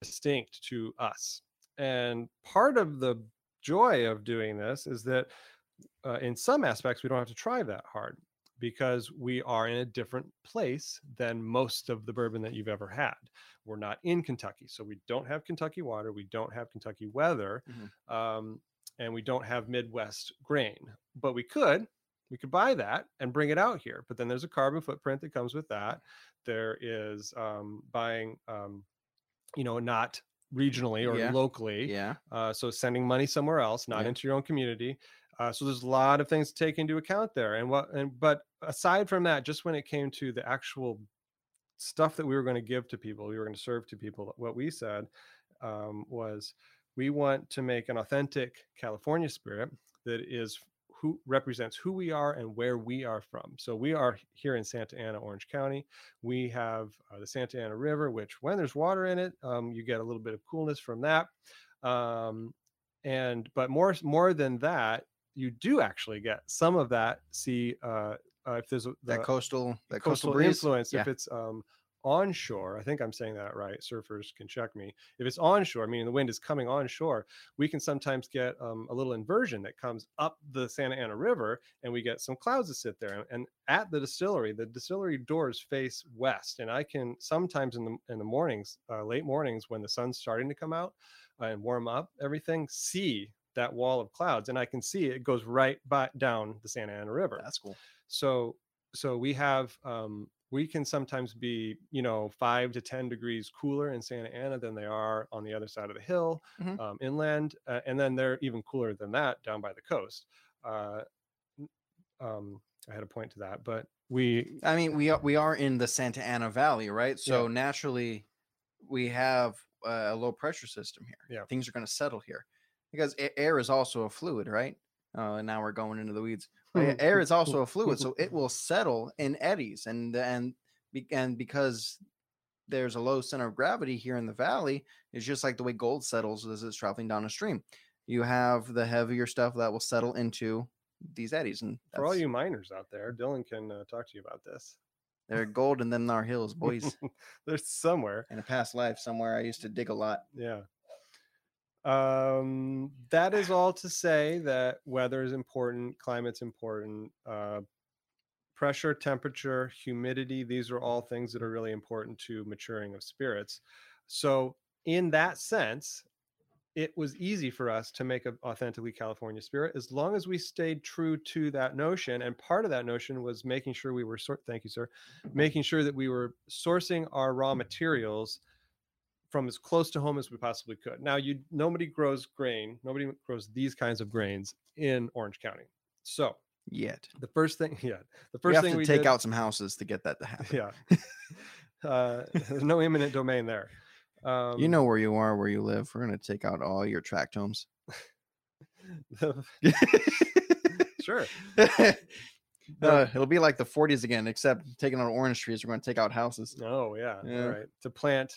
distinct to us? And part of the joy of doing this is that uh, in some aspects we don't have to try that hard because we are in a different place than most of the bourbon that you've ever had. We're not in Kentucky, so we don't have Kentucky water, we don't have Kentucky weather, um, and we don't have Midwest grain. But we could, we could buy that and bring it out here. But then there's a carbon footprint that comes with that. There is um, buying, um, you know, not regionally or Yeah. locally Yeah. uh, so sending money somewhere else not Yeah. into your own community uh, so there's a lot of things to take into account there and what and but aside from that just when it came to the actual stuff that we were going to give to people we were going to serve to people what we said um, was we want to make an authentic california spirit that is who represents who we are and where we are from so we are here in santa ana orange county we have uh, the santa ana river which when there's water in it um, you get a little bit of coolness from that um, and but more more than that you do actually get some of that see uh, uh if there's a- the That coastal, that coastal, coastal breeze. influence Yeah. if it's um onshore, I think I'm saying that right. Surfers can check me. If it's onshore, meaning the wind is coming onshore, we can sometimes get um, a little inversion that comes up the Santa Ana River and we get some clouds that sit there. And at the distillery, the distillery doors face west. And I can sometimes in the, in the mornings, uh, late mornings, when the sun's starting to come out uh, and warm up everything, see that wall of clouds. And I can see it goes right by, down the Santa Ana River. That's cool. So, so we have um, we can sometimes be you know five to ten degrees cooler in santa ana than they are on the other side of the hill Mhm. um, inland uh, and then they're even cooler than that down by the coast uh, n- um, i had a point to that but we I mean, we are, we are in the Santa Ana Valley, right? So naturally, we have uh, a low pressure system here. Yeah. things are going to settle here because a- air is also a fluid, right? Oh, and now we're going into the weeds. But yeah, air is also a fluid, Mm-hmm. so it will settle in eddies, and the- and be- and because there's a low center of gravity here in the valley, it's just like the way gold settles as it's traveling down a stream. You have the heavier stuff that will settle into these eddies, and for all that's- you miners out there dylan can uh, talk to you about this they're gold, and then our hills, boys. there's somewhere in a past life somewhere i used to dig a lot yeah um that is all to say that weather is important climate's important uh pressure temperature humidity these are all things that are really important to maturing of spirits so in that sense it was easy for us to make an authentically california spirit as long as we stayed true to that notion and part of that notion was making sure we were sort thank you sir making sure that we were sourcing our raw materials from as close to home as we possibly could. Now, you nobody grows grain, nobody grows these kinds of grains in Orange County. So yet the first thing, yeah, the we first have thing to we take did, out some houses to get that to happen yeah, uh, there's no imminent domain there. Um, you know where you are where you live we're going to take out all your tract homes the- sure. The- Uh, it'll be like the 40s again except taking out orange trees we're going to take out houses oh yeah, Yeah. all right. To plant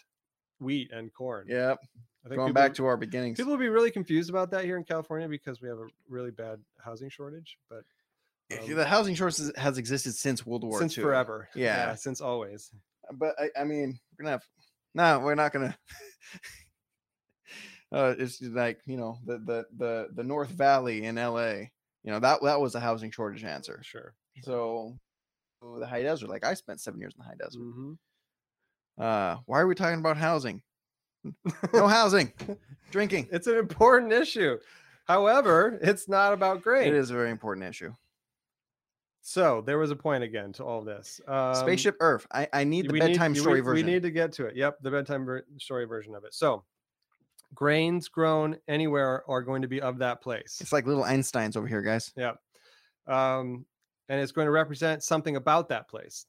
wheat and corn. yep I going people- back to our beginnings people will be really confused about that here in California because we have a really bad housing shortage, but um, the housing shortage has existed since world war since II. forever, Yeah. since always. but I, I mean, we're gonna have no, we're not gonna. uh, it's just like you know the the the the North Valley in L.A. You know that that was a housing shortage answer. Sure. So oh, the high desert, like I spent seven years in the high desert. Mhm. Uh, why are we talking about housing? no housing, drinking. It's an important issue. However, it's not about grain. It is a very important issue. So there was a point again to all this. Um, Spaceship Earth. I, I need the we bedtime we- story we, version. need to get to it. Yep, the bedtime ver- story version of it. So grains grown anywhere are going to be of that place. it's like little Einsteins over here, guys. Yep. Um, and it's going to represent something about that place.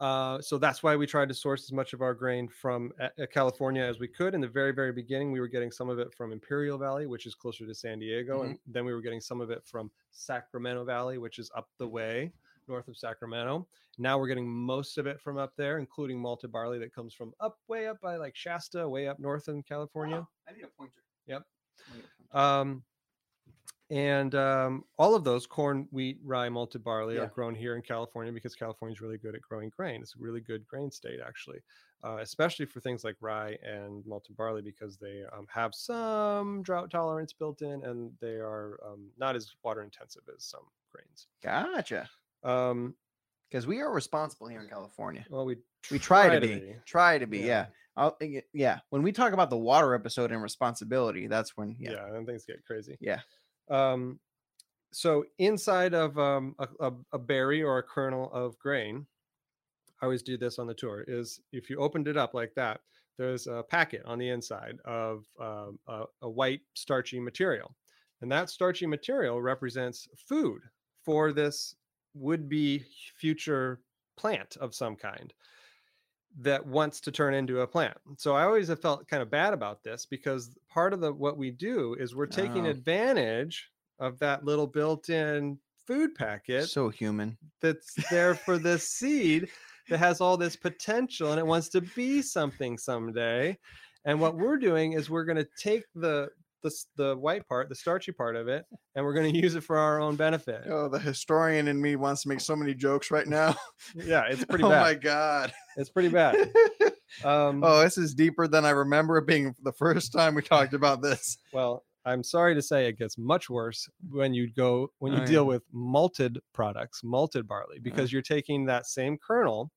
Uh, so that's why we tried to source as much of our grain from A- uh, California as we could. In the very, very beginning, we were getting some of it from Imperial Valley, which is closer to San Diego. And then we were getting some of it from Sacramento Valley, which is up the way north of Sacramento. Now we're getting most of it from up there, including malted barley that comes from up way up by like Shasta, way up north in California. I need a pointer. Yep. Um, and um, all of those corn, wheat, rye, malted barley Yeah. are grown here in California because California is really good at growing grain. It's a really good grain state, actually, uh, especially for things like rye and malted barley because they um, have some drought tolerance built in and they are um, not as water intensive as some grains. Gotcha. Um, Because we are responsible here in California. well, we We try to be. Try to be. Yeah. Yeah. I'll, eh, y- yeah. When we talk about the water episode and responsibility, that's when. yeah, Yeah. and then things get crazy. Yeah. Um, so inside of um, a, a, a berry or a kernel of grain, I always do this on the tour. Is if you opened it up like that, there's a packet on the inside of um, a, a white starchy material, and that starchy material represents food for this would-be future plant of some kind that wants to turn into a plant. So I always have felt kind of bad about this because part of the what we do is we're taking Oh. advantage of that little built-in food packet So human. that's there for this seed that has all this potential and it wants to be something someday. And what we're doing is we're going to take the the s- the white part, the starchy part of it, and we're going to use it for our own benefit. Oh, the historian in me wants to make so many jokes right now. Yeah, it's pretty oh bad. my god. It's pretty bad. Um, oh, this is deeper than I remember it being the first time we talked about this. Well, I'm sorry to say it gets much worse when you go when you Oh, deal yeah. with malted products, malted barley, because you're taking that same kernel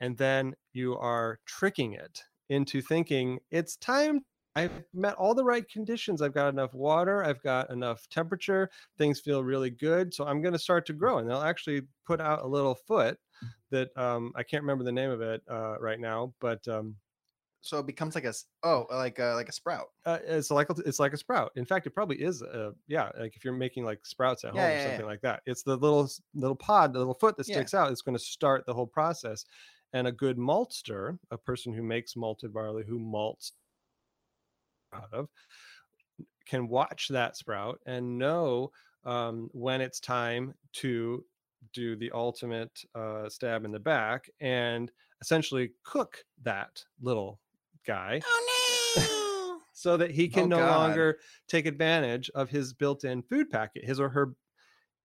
and then you are tricking it into thinking it's time I've met all the right conditions. I've got enough water. I've got enough temperature. Things feel really good. So I'm going to start to grow. And they'll actually put out a little foot that um, I can't remember the name of it uh, right now, but um, So it becomes like a s- oh, like a like a sprout. uh, it's like a, it's like a sprout. In fact, it probably is. A, yeah, like if you're making like sprouts at Yeah, home yeah, or yeah. something like that, it's the little s- little pod, the little foot that Yeah. sticks out. It's going to start the whole process. And a good maltster, a person who makes malted barley, who malts out of, can watch that sprout and know um, when it's time to do the ultimate uh, stab in the back and essentially cook that little guy Oh so that he can Oh, no God. longer take advantage of his built-in food packet, his or her,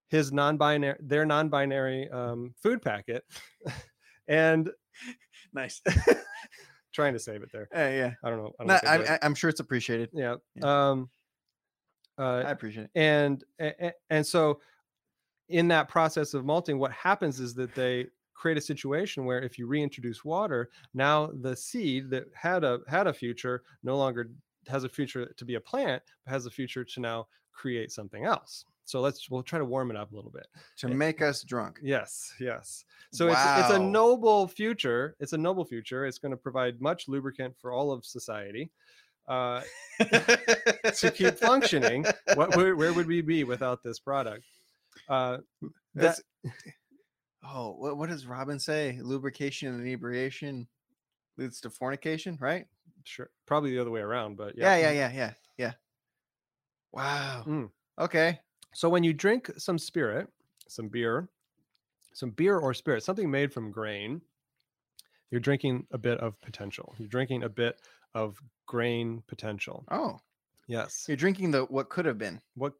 his non-binary, their non-binary um, food packet, and nice. trying to save it there. yeah, yeah. I don't know. I don't No, know if I I, did. I, I'm sure it's appreciated. yeah. Um, I uh, appreciate it. and a- a- and so in that process of malting, what happens is that they create a situation where if you reintroduce water, now the seed that had a had a future no longer has a future to be a plant, but has a future to now create something else. So let's we'll try to warm it up a little bit. To make us drunk. Yes, yes. So it's it's a Wow. noble future. It's a noble future. It's going to provide much lubricant for all of society. Uh, to keep functioning, what where, where would we be without this product? Uh, that, That's- oh, what, what does Robin say? Lubrication and inebriation leads to fornication, right? sure, probably the other way around, but Yeah, yeah, yeah, yeah, yeah. Wow. Mm. Okay. So when you drink some spirit, some beer, some beer or spirit, something made from grain, you're drinking a bit of potential. You're drinking a bit of grain potential. Oh, Yes. you're drinking the what could have been. What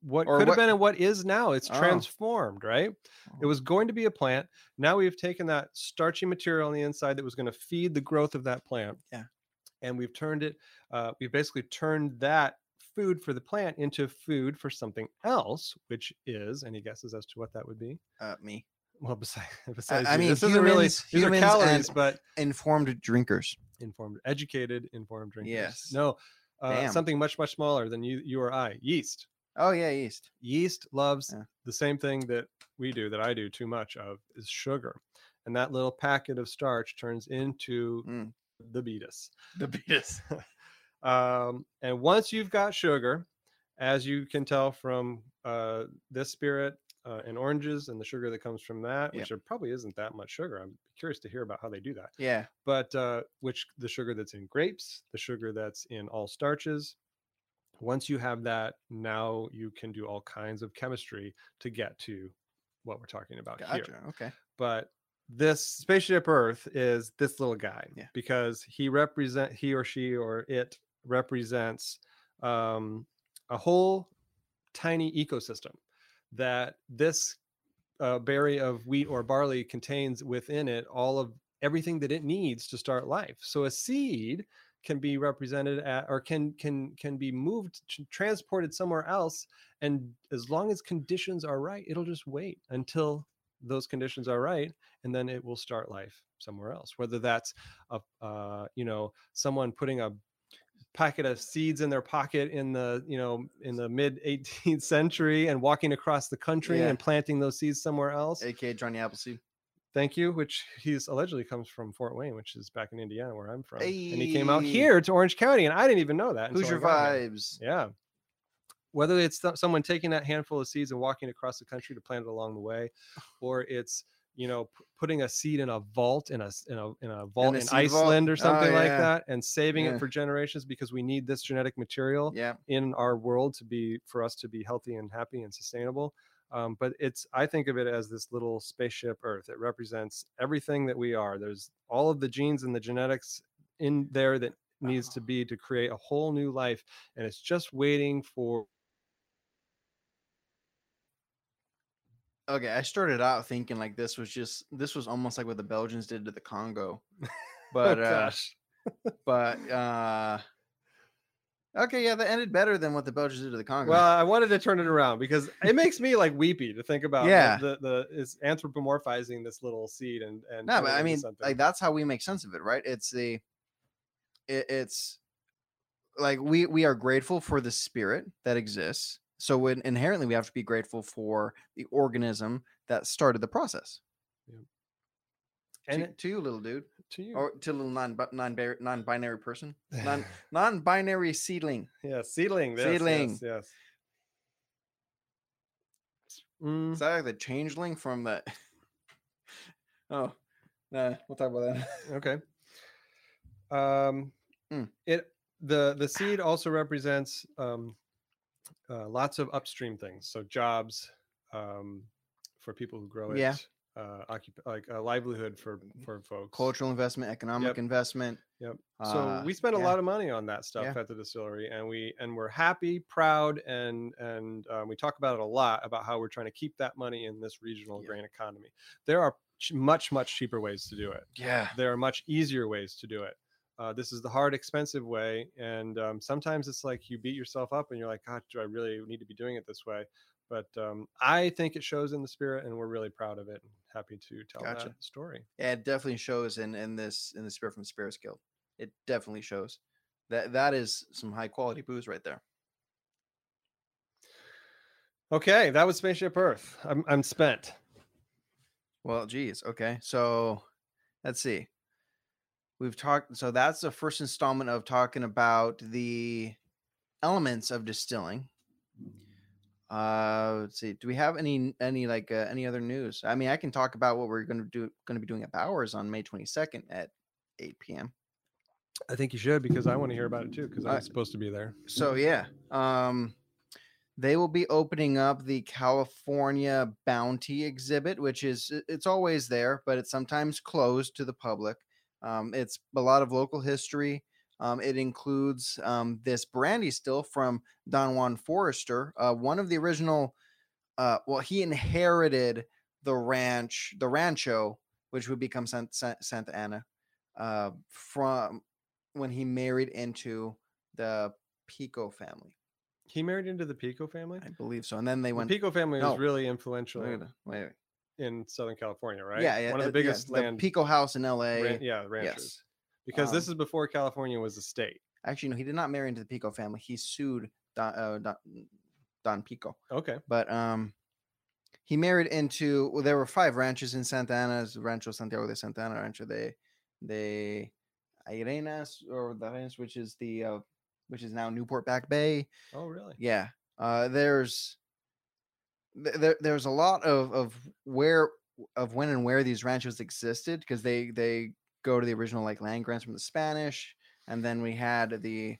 what Or could have what- been and what is now? It's Oh. transformed, right? It Oh. was going to be a plant. Now we've taken that starchy material on the inside that was going to feed the growth of that plant. Yeah. And we've turned it, uh, we've basically turned that food for the plant into food for something else, which is any guesses as to what that would be? Uh, me. Well, besides, besides I you, mean, this isn't really humans- these are humans calories, and- but Informed drinkers. informed, educated, informed drinkers. Yes. No, uh, Damn. something much, much smaller than you, you or I. Yeast. Oh yeah, yeast. yeast loves Yeah. the same thing that we do that i do too much of is sugar and that little packet of starch turns into Mm. the betus The beatus. um, and once you've got sugar as you can tell from uh, this spirit uh, and oranges and the sugar that comes from that Yep. which there probably isn't that much sugar i'm curious to hear about how they do that Yeah. but uh, which the sugar that's in grapes, the sugar that's in all starches. Once you have that, now you can do all kinds of chemistry to get to what we're talking about Gotcha. here. Okay. But this spaceship Earth is this little guy Yeah. because he represent he or she or it represents um, a whole tiny ecosystem that this uh, berry of wheat or barley contains within it all of everything that it needs to start life. So a seed can be represented at, or can can can be moved t- transported somewhere else and as long as conditions are right it'll just wait until those conditions are right and then it will start life somewhere else whether that's a uh, you know someone putting a packet of seeds in their pocket in the you know in the mid 18th century and walking across the country Yeah. and planting those seeds somewhere else AKA Johnny Appleseed. thank you which he's allegedly comes from fort wayne which is back in indiana where i'm from and he came out Hey. here to orange county and i didn't even know that until Who's your I got here. vibes? Yeah. Whether it's th- someone taking that handful of seeds and walking across the country to plant it along the way, or it's you know p- putting a seed in a vault in a s- in a in a vault a in, seed vault? Iceland Oh, or something like yeah. that, and saving Yeah. it for generations because we need this genetic material Yeah. in our world to be for us to be healthy and happy and sustainable. Um, but it's I think of it as this little spaceship Earth. It represents everything that we are. There's all of the genes and the genetics in there that needs to be to create a whole new life. And it's just waiting Oh, for Okay, I started out thinking like this was just this was almost like what the Belgians did to the Congo, but Oh, uh, gosh. but uh, okay, yeah, that ended better than what the Belgians did to the Congo. Well, I wanted to turn it around because it makes me like weepy to think about. like, Yeah. the the is anthropomorphizing this little seed and and no, turn but it I into mean, something. like that's how we make sense of it, right? It's the it, it's like we we are grateful for the spirit that exists. So when inherently we have to be grateful for the organism that started the process. and to, it, to you, little dude, to you, or to little non non non-binary person, non non-binary seedling. yeah, seedling, this, Seedling. yes, yes. Mm, Is that like the changeling from the? oh, nah, we'll talk about that. okay. Um, Mm. it the the seed also represents um, uh, lots of upstream things, so jobs um, for people who grow it. Yeah. Mm, Uh, occup- like a livelihood for for folks. Cultural investment, economic Yep. investment. Yep. uh, so we spend a yeah. lot of money on that stuff Yeah. at the distillery and we and we're happy proud and and um, we talk about it a lot about how we're trying to keep that money in this regional Yeah. grain economy there are ch- much much cheaper ways to do it Yeah. there are much easier ways to do it uh, this is the hard expensive way and um, sometimes it's like you beat yourself up and you're like god do i really need to be doing it this way but um, i think it shows in the spirit and we're really proud of it and happy to tell Gotcha. that story Yeah, it definitely shows in in this in the spirit from Spirits Guild. It definitely shows that that is some high quality booze right there. okay that was spaceship earth i'm, I'm spent Well, geez. Okay, so let's see. We've talked. So that's the first installment of talking about the elements of distilling. Uh, let's see. Do we have any any like uh, any other news? I mean, I can talk about what we're going to do going to be doing at Bowers on May twenty second at eight p.m. I think you should because I want to hear about it too because I'm I- supposed to be there. So yeah, um, they will be opening up the California Bounty exhibit, which is i- it's always there, but it's sometimes closed to the public. Um, it's a lot of local history. Um, it includes um, this brandy still from Don Juan Forrester, uh, one of the original. Uh, well, he inherited the ranch, the rancho, which would become San- San- Santa Ana, uh, from when he married into the Pico family. He married into the Pico family. I believe so. And then they The went. Pico family was no. really Wait, influential wait, wait. in Southern California, right? Yeah, yeah, one of uh, the biggest yeah, land. The Pico house in L.A. ran- yeah, ranchers. yes. Because this Um, is before California was a state. Actually, no, he did not marry into the Pico family. He sued Don, uh, Don, Don Pico, Okay, but um, he married into. Well, there were five ranches in Santa Ana's Rancho Santiago de Santa Ana Rancho de de Irenas or the Arenas, which is the uh, which is now Newport Back Bay. oh really? Yeah. Uh, there's th- there, there's a lot of of where of when and where these ranchos existed because they they go to the original like land grants from the Spanish, and then we had the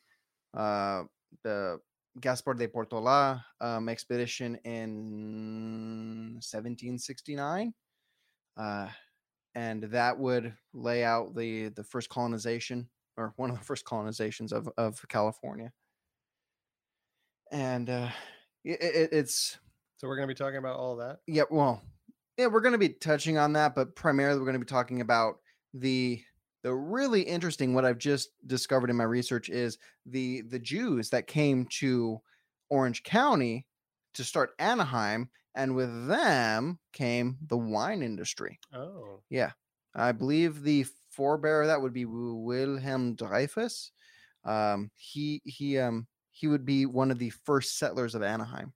uh the Gaspar de Portola um, expedition in 1769, uh, and that would lay out the the first colonization or one of the first colonizations of of California and uh it, it's So we're gonna be talking about all that. yeah well yeah we're going to be touching on that but primarily we're going to be talking about the the really interesting what i've just discovered in my research is the the jews that came to orange county to start anaheim and with them came the wine industry Oh, I believe the forebearer of that would be Wi- Wilhelm Dreyfus. Um, he he um he would be one of the first settlers of Anaheim.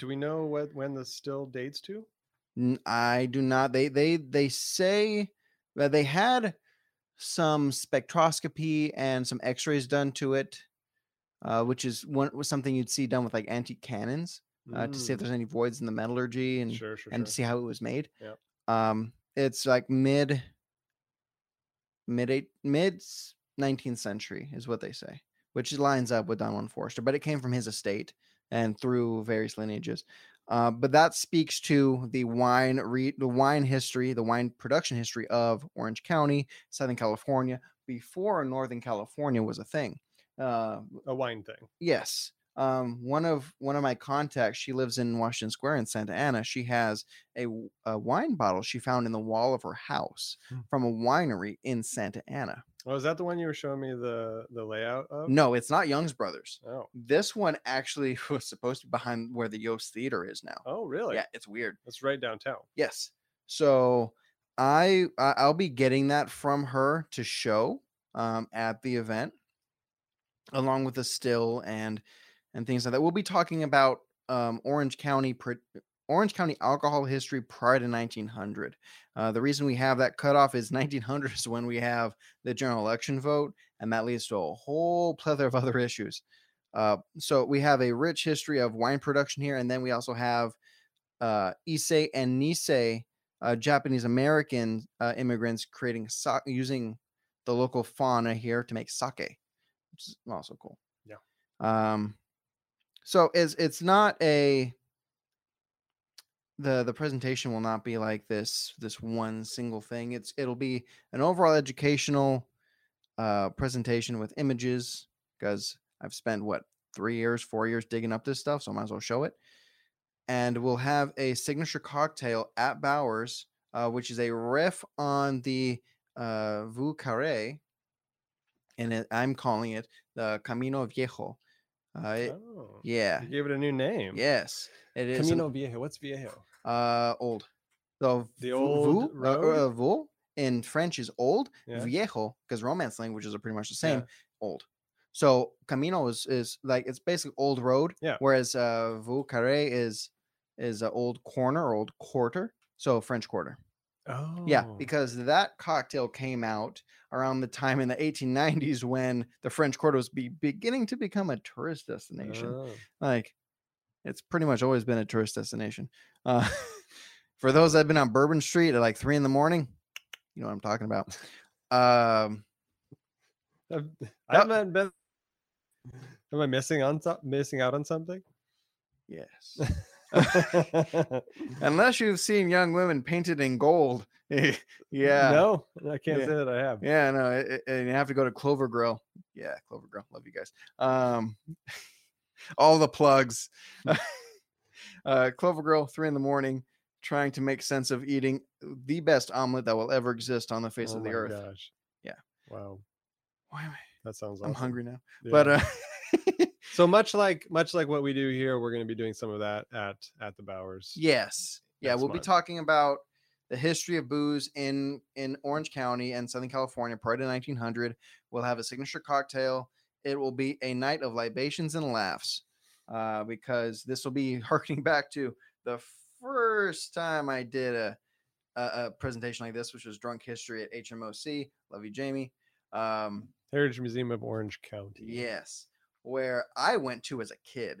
do we know what when this still dates to? N- I do not. They they they say that they had some spectroscopy and some X-rays done to it, uh, which is one was something you'd see done with like antique cannons uh, to see if Mm, there's any voids in the metallurgy and sure, sure, and to sure. see how it was made. Yep. Um, it's like mid, mid eight, mid nineteenth century is what they say, which lines up with Don Juan Forrester, but it came from his estate and through various lineages. Uh, but that speaks to the wine, re- the wine history, the wine production history of Orange County, Southern California, before Northern California was a thing. Uh, a wine thing. yes, um, one of one of my contacts, she lives in Washington Square in Santa Ana. She has a, w- a wine bottle she found in the wall of her house Hmm. from a winery in Santa Ana. Oh, is that the one you were showing me the the layout of? No, it's not Young's Brothers. Oh. This one actually was supposed to be behind where the Yost Theater is now. Oh, really? Yeah, it's weird. That's right downtown. Yes. So I I- I'll be getting that from her to show um, at the event, along with a still and and things like that. We'll be talking about um, Orange County pri- Orange County alcohol history prior to 1900. Uh, the reason we have that cutoff is 1900 is when we have the general election vote, and that leads to a whole plethora of other issues. Uh, so we have a rich history of wine production here, and then we also have uh, Issei and Nisei, uh, Japanese American uh, immigrants, creating sa- using the local fauna here to make sake, which is also cool. Yeah. Um, so it's it's not a the the presentation will not be like this this one single thing. It's it'll be an overall educational uh, presentation with images because I've spent what three years, four years digging up this stuff, so I might as well show it and we'll have a signature cocktail at Bowers, uh, which is a riff on the uh, Vu Carré, and it, I'm calling it the Camino Viejo. Uh, it- oh. yeah, You gave it a new name. yes, it is an- Camino Viejo. What's Viejo? uh, old. The, The vu- old vu, uh, road? uh, vu in French is old, Yeah. viejo because Romance languages are pretty much the Yeah. same. Old. So Camino is is like it's basically old road. Yeah. Whereas uh, Vu Carré is is an old corner or old quarter. So French quarter. Oh. Yeah, because that cocktail came out around the time in the 1890s when the French Quarter was be beginning to become a tourist destination Oh. like it's pretty much always been a tourist destination uh, for those that have been on bourbon street at like three in the morning you know what i'm talking about um, I've- I haven't been. Am I missing on so- missing out on something? yes unless you've seen young women painted in gold eh, yeah No, I can't Yeah. say that I have. yeah no it, it- and you have to go to clover grill yeah clover grill love you guys um, all the plugs Mm. uh, clover grill three in the morning trying to make sense of eating the best omelet that will ever exist on the face Oh of the my earth Gosh. Yeah. Wow. Why am I? That sounds. I'm awesome. hungry now. Yeah. But uh, so much like much like what we do here, we're going to be doing some of that at at the Bowers. yes, yeah, Next we'll be month. talking about the history of booze in in Orange County and Southern California prior to 1900. We'll have a signature cocktail. It will be a night of libations and laughs, uh, because this will be harkening back to the first time I did a, a a presentation like this, which was drunk history at HMOC. Love you, Jamie. Um, Heritage Museum of Orange County. yes, where I went to as a kid.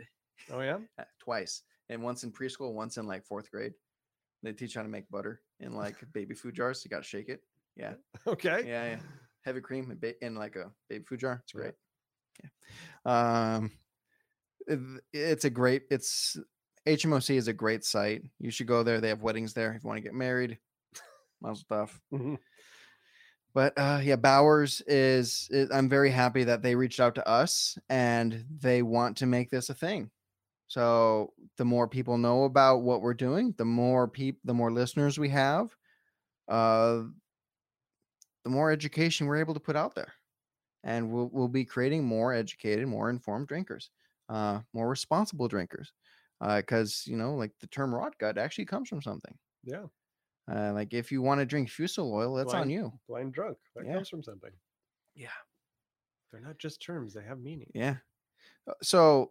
Oh yeah. uh, twice and once in preschool once in like fourth grade they teach how to make butter in like baby food jars you gotta shake it Okay. Yeah, yeah. heavy cream and ba- in like a baby food jar it's Yeah. great yeah um it- it's a great it's hmoc is a great site you should go there they have weddings there if you want to get married lots of stuff Mhm. but uh, yeah, Bowers is, is. I'm very happy that they reached out to us and they want to make this a thing. So the more people know about what we're doing, the more people, the more listeners we have, uh, the more education we're able to put out there, and we'll we'll be creating more educated, more informed drinkers, uh, more responsible drinkers, because you know, like the term rot gut actually comes from something. Yeah. Uh, like if you want to drink fusel oil, that's on Blind- you. Blind drunk. That Yeah. comes from something. Yeah. They're not just terms; they have meaning. Yeah. Uh, So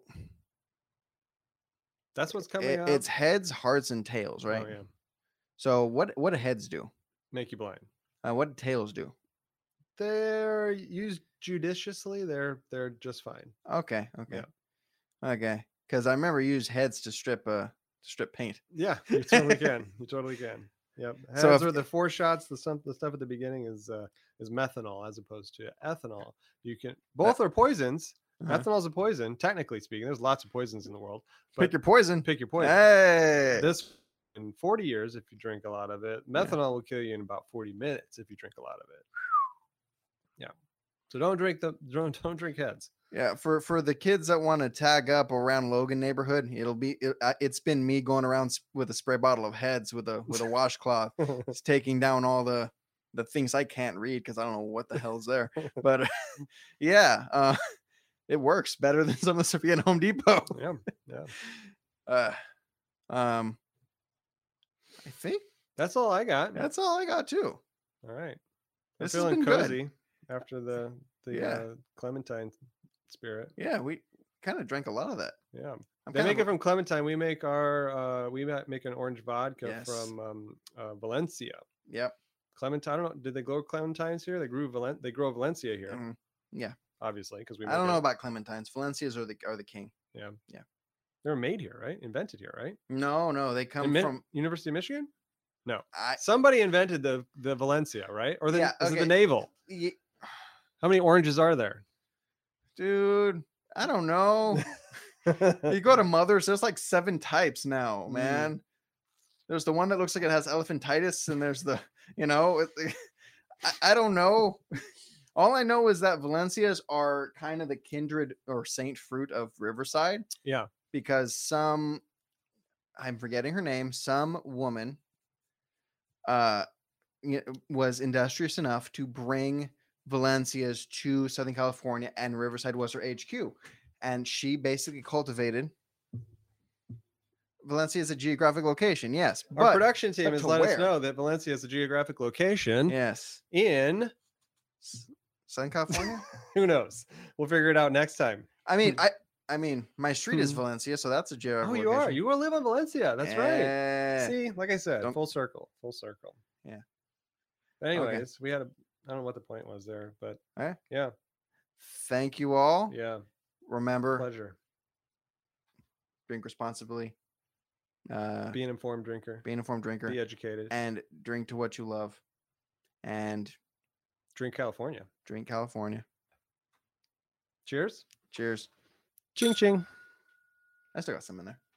That's what's coming it, up. it's heads, hearts, and tails, right? Oh, yeah. So what what do heads do? Make you blind. Uh, what do tails do? They're used judiciously. They're they're just fine. Okay, okay, okay. Because I remember you used heads to strip uh to strip paint. Yeah, you totally can. You totally can. Yep. Heads So if- are the four shots. The stuff the stuff at the beginning is uh, is methanol as opposed to ethanol. You can both are poisons. Uh-huh. Ethanol's a poison, technically speaking. There's lots of poisons in the world. Pick But your poison. pick your poison. Hey, This in 40 years, if you drink a lot of it, methanol will kill you in about 40 minutes if you drink a lot of it. Yeah. So don't drink the don't don't drink heads. Yeah, for for the kids that want to tag up around Logan neighborhood, it'll be it, uh, it's been me going around s- with a spray bottle of heads with a with a washcloth, just taking down all the the things I can't read because I don't know what the hell's there. But yeah, uh, it works better than some of the stuff you get at Home Depot. yeah. Uh, um, I think That's all I got. that's all I got too. all right. I'm This has feeling been good. cozy after the the Yeah. uh, clementine spirit. Yeah, we kind of drank a lot of that. Yeah. I'm they kind make of it from clementine. We make our uh, we ma- make an orange vodka Yes. from um, uh, Valencia. yep. Clementine. I don't know. Did they grow clementines here? They grew Valen- They grow Valencia here, mm. obviously, because we. I don't make know it- about clementines. Valencias are the are the king. They're made here, right? Invented here, right? No, no, they come Inven- from. University of Michigan. I Somebody invented the the Valencia, right? Or the Yeah, is it the okay. navel? y- How many oranges are there? dude, I don't know. you go to Mother's, there's like seven types now, Mm. man. There's the one that looks like it has elephantitis, and there's the, you know, it- I, I don't know. All I know is that Valencias are kind of the kindred or saint fruit of Riverside. Yeah. Because some, I'm forgetting her name, some woman uh, y- was industrious enough to bring Valencias to Southern California, and Riverside was her HQ. And she basically cultivated. Valencia is a geographic location, yes. Our But production team but has to let where? us know that Valencia is a geographic location yes, in S- Southern California. who knows. We'll figure it out next time. I mean, I I mean, my street is Hmm. Valencia, so that's a geographic. Oh, you are. You will live on Valencia. That's right. See, like I said, Don't- full circle, full circle. Yeah. But Okay. Eh? anyways, we had a. I don't know what the point was there, but Alright. yeah, Thank you all. yeah, Remember, pleasure drink responsibly. Uh, be an informed drinker, be an informed drinker, Eh. be educated, and drink to what you love, and drink California. drink California. Cheers. Cheers. Ching ching. I still got some in there.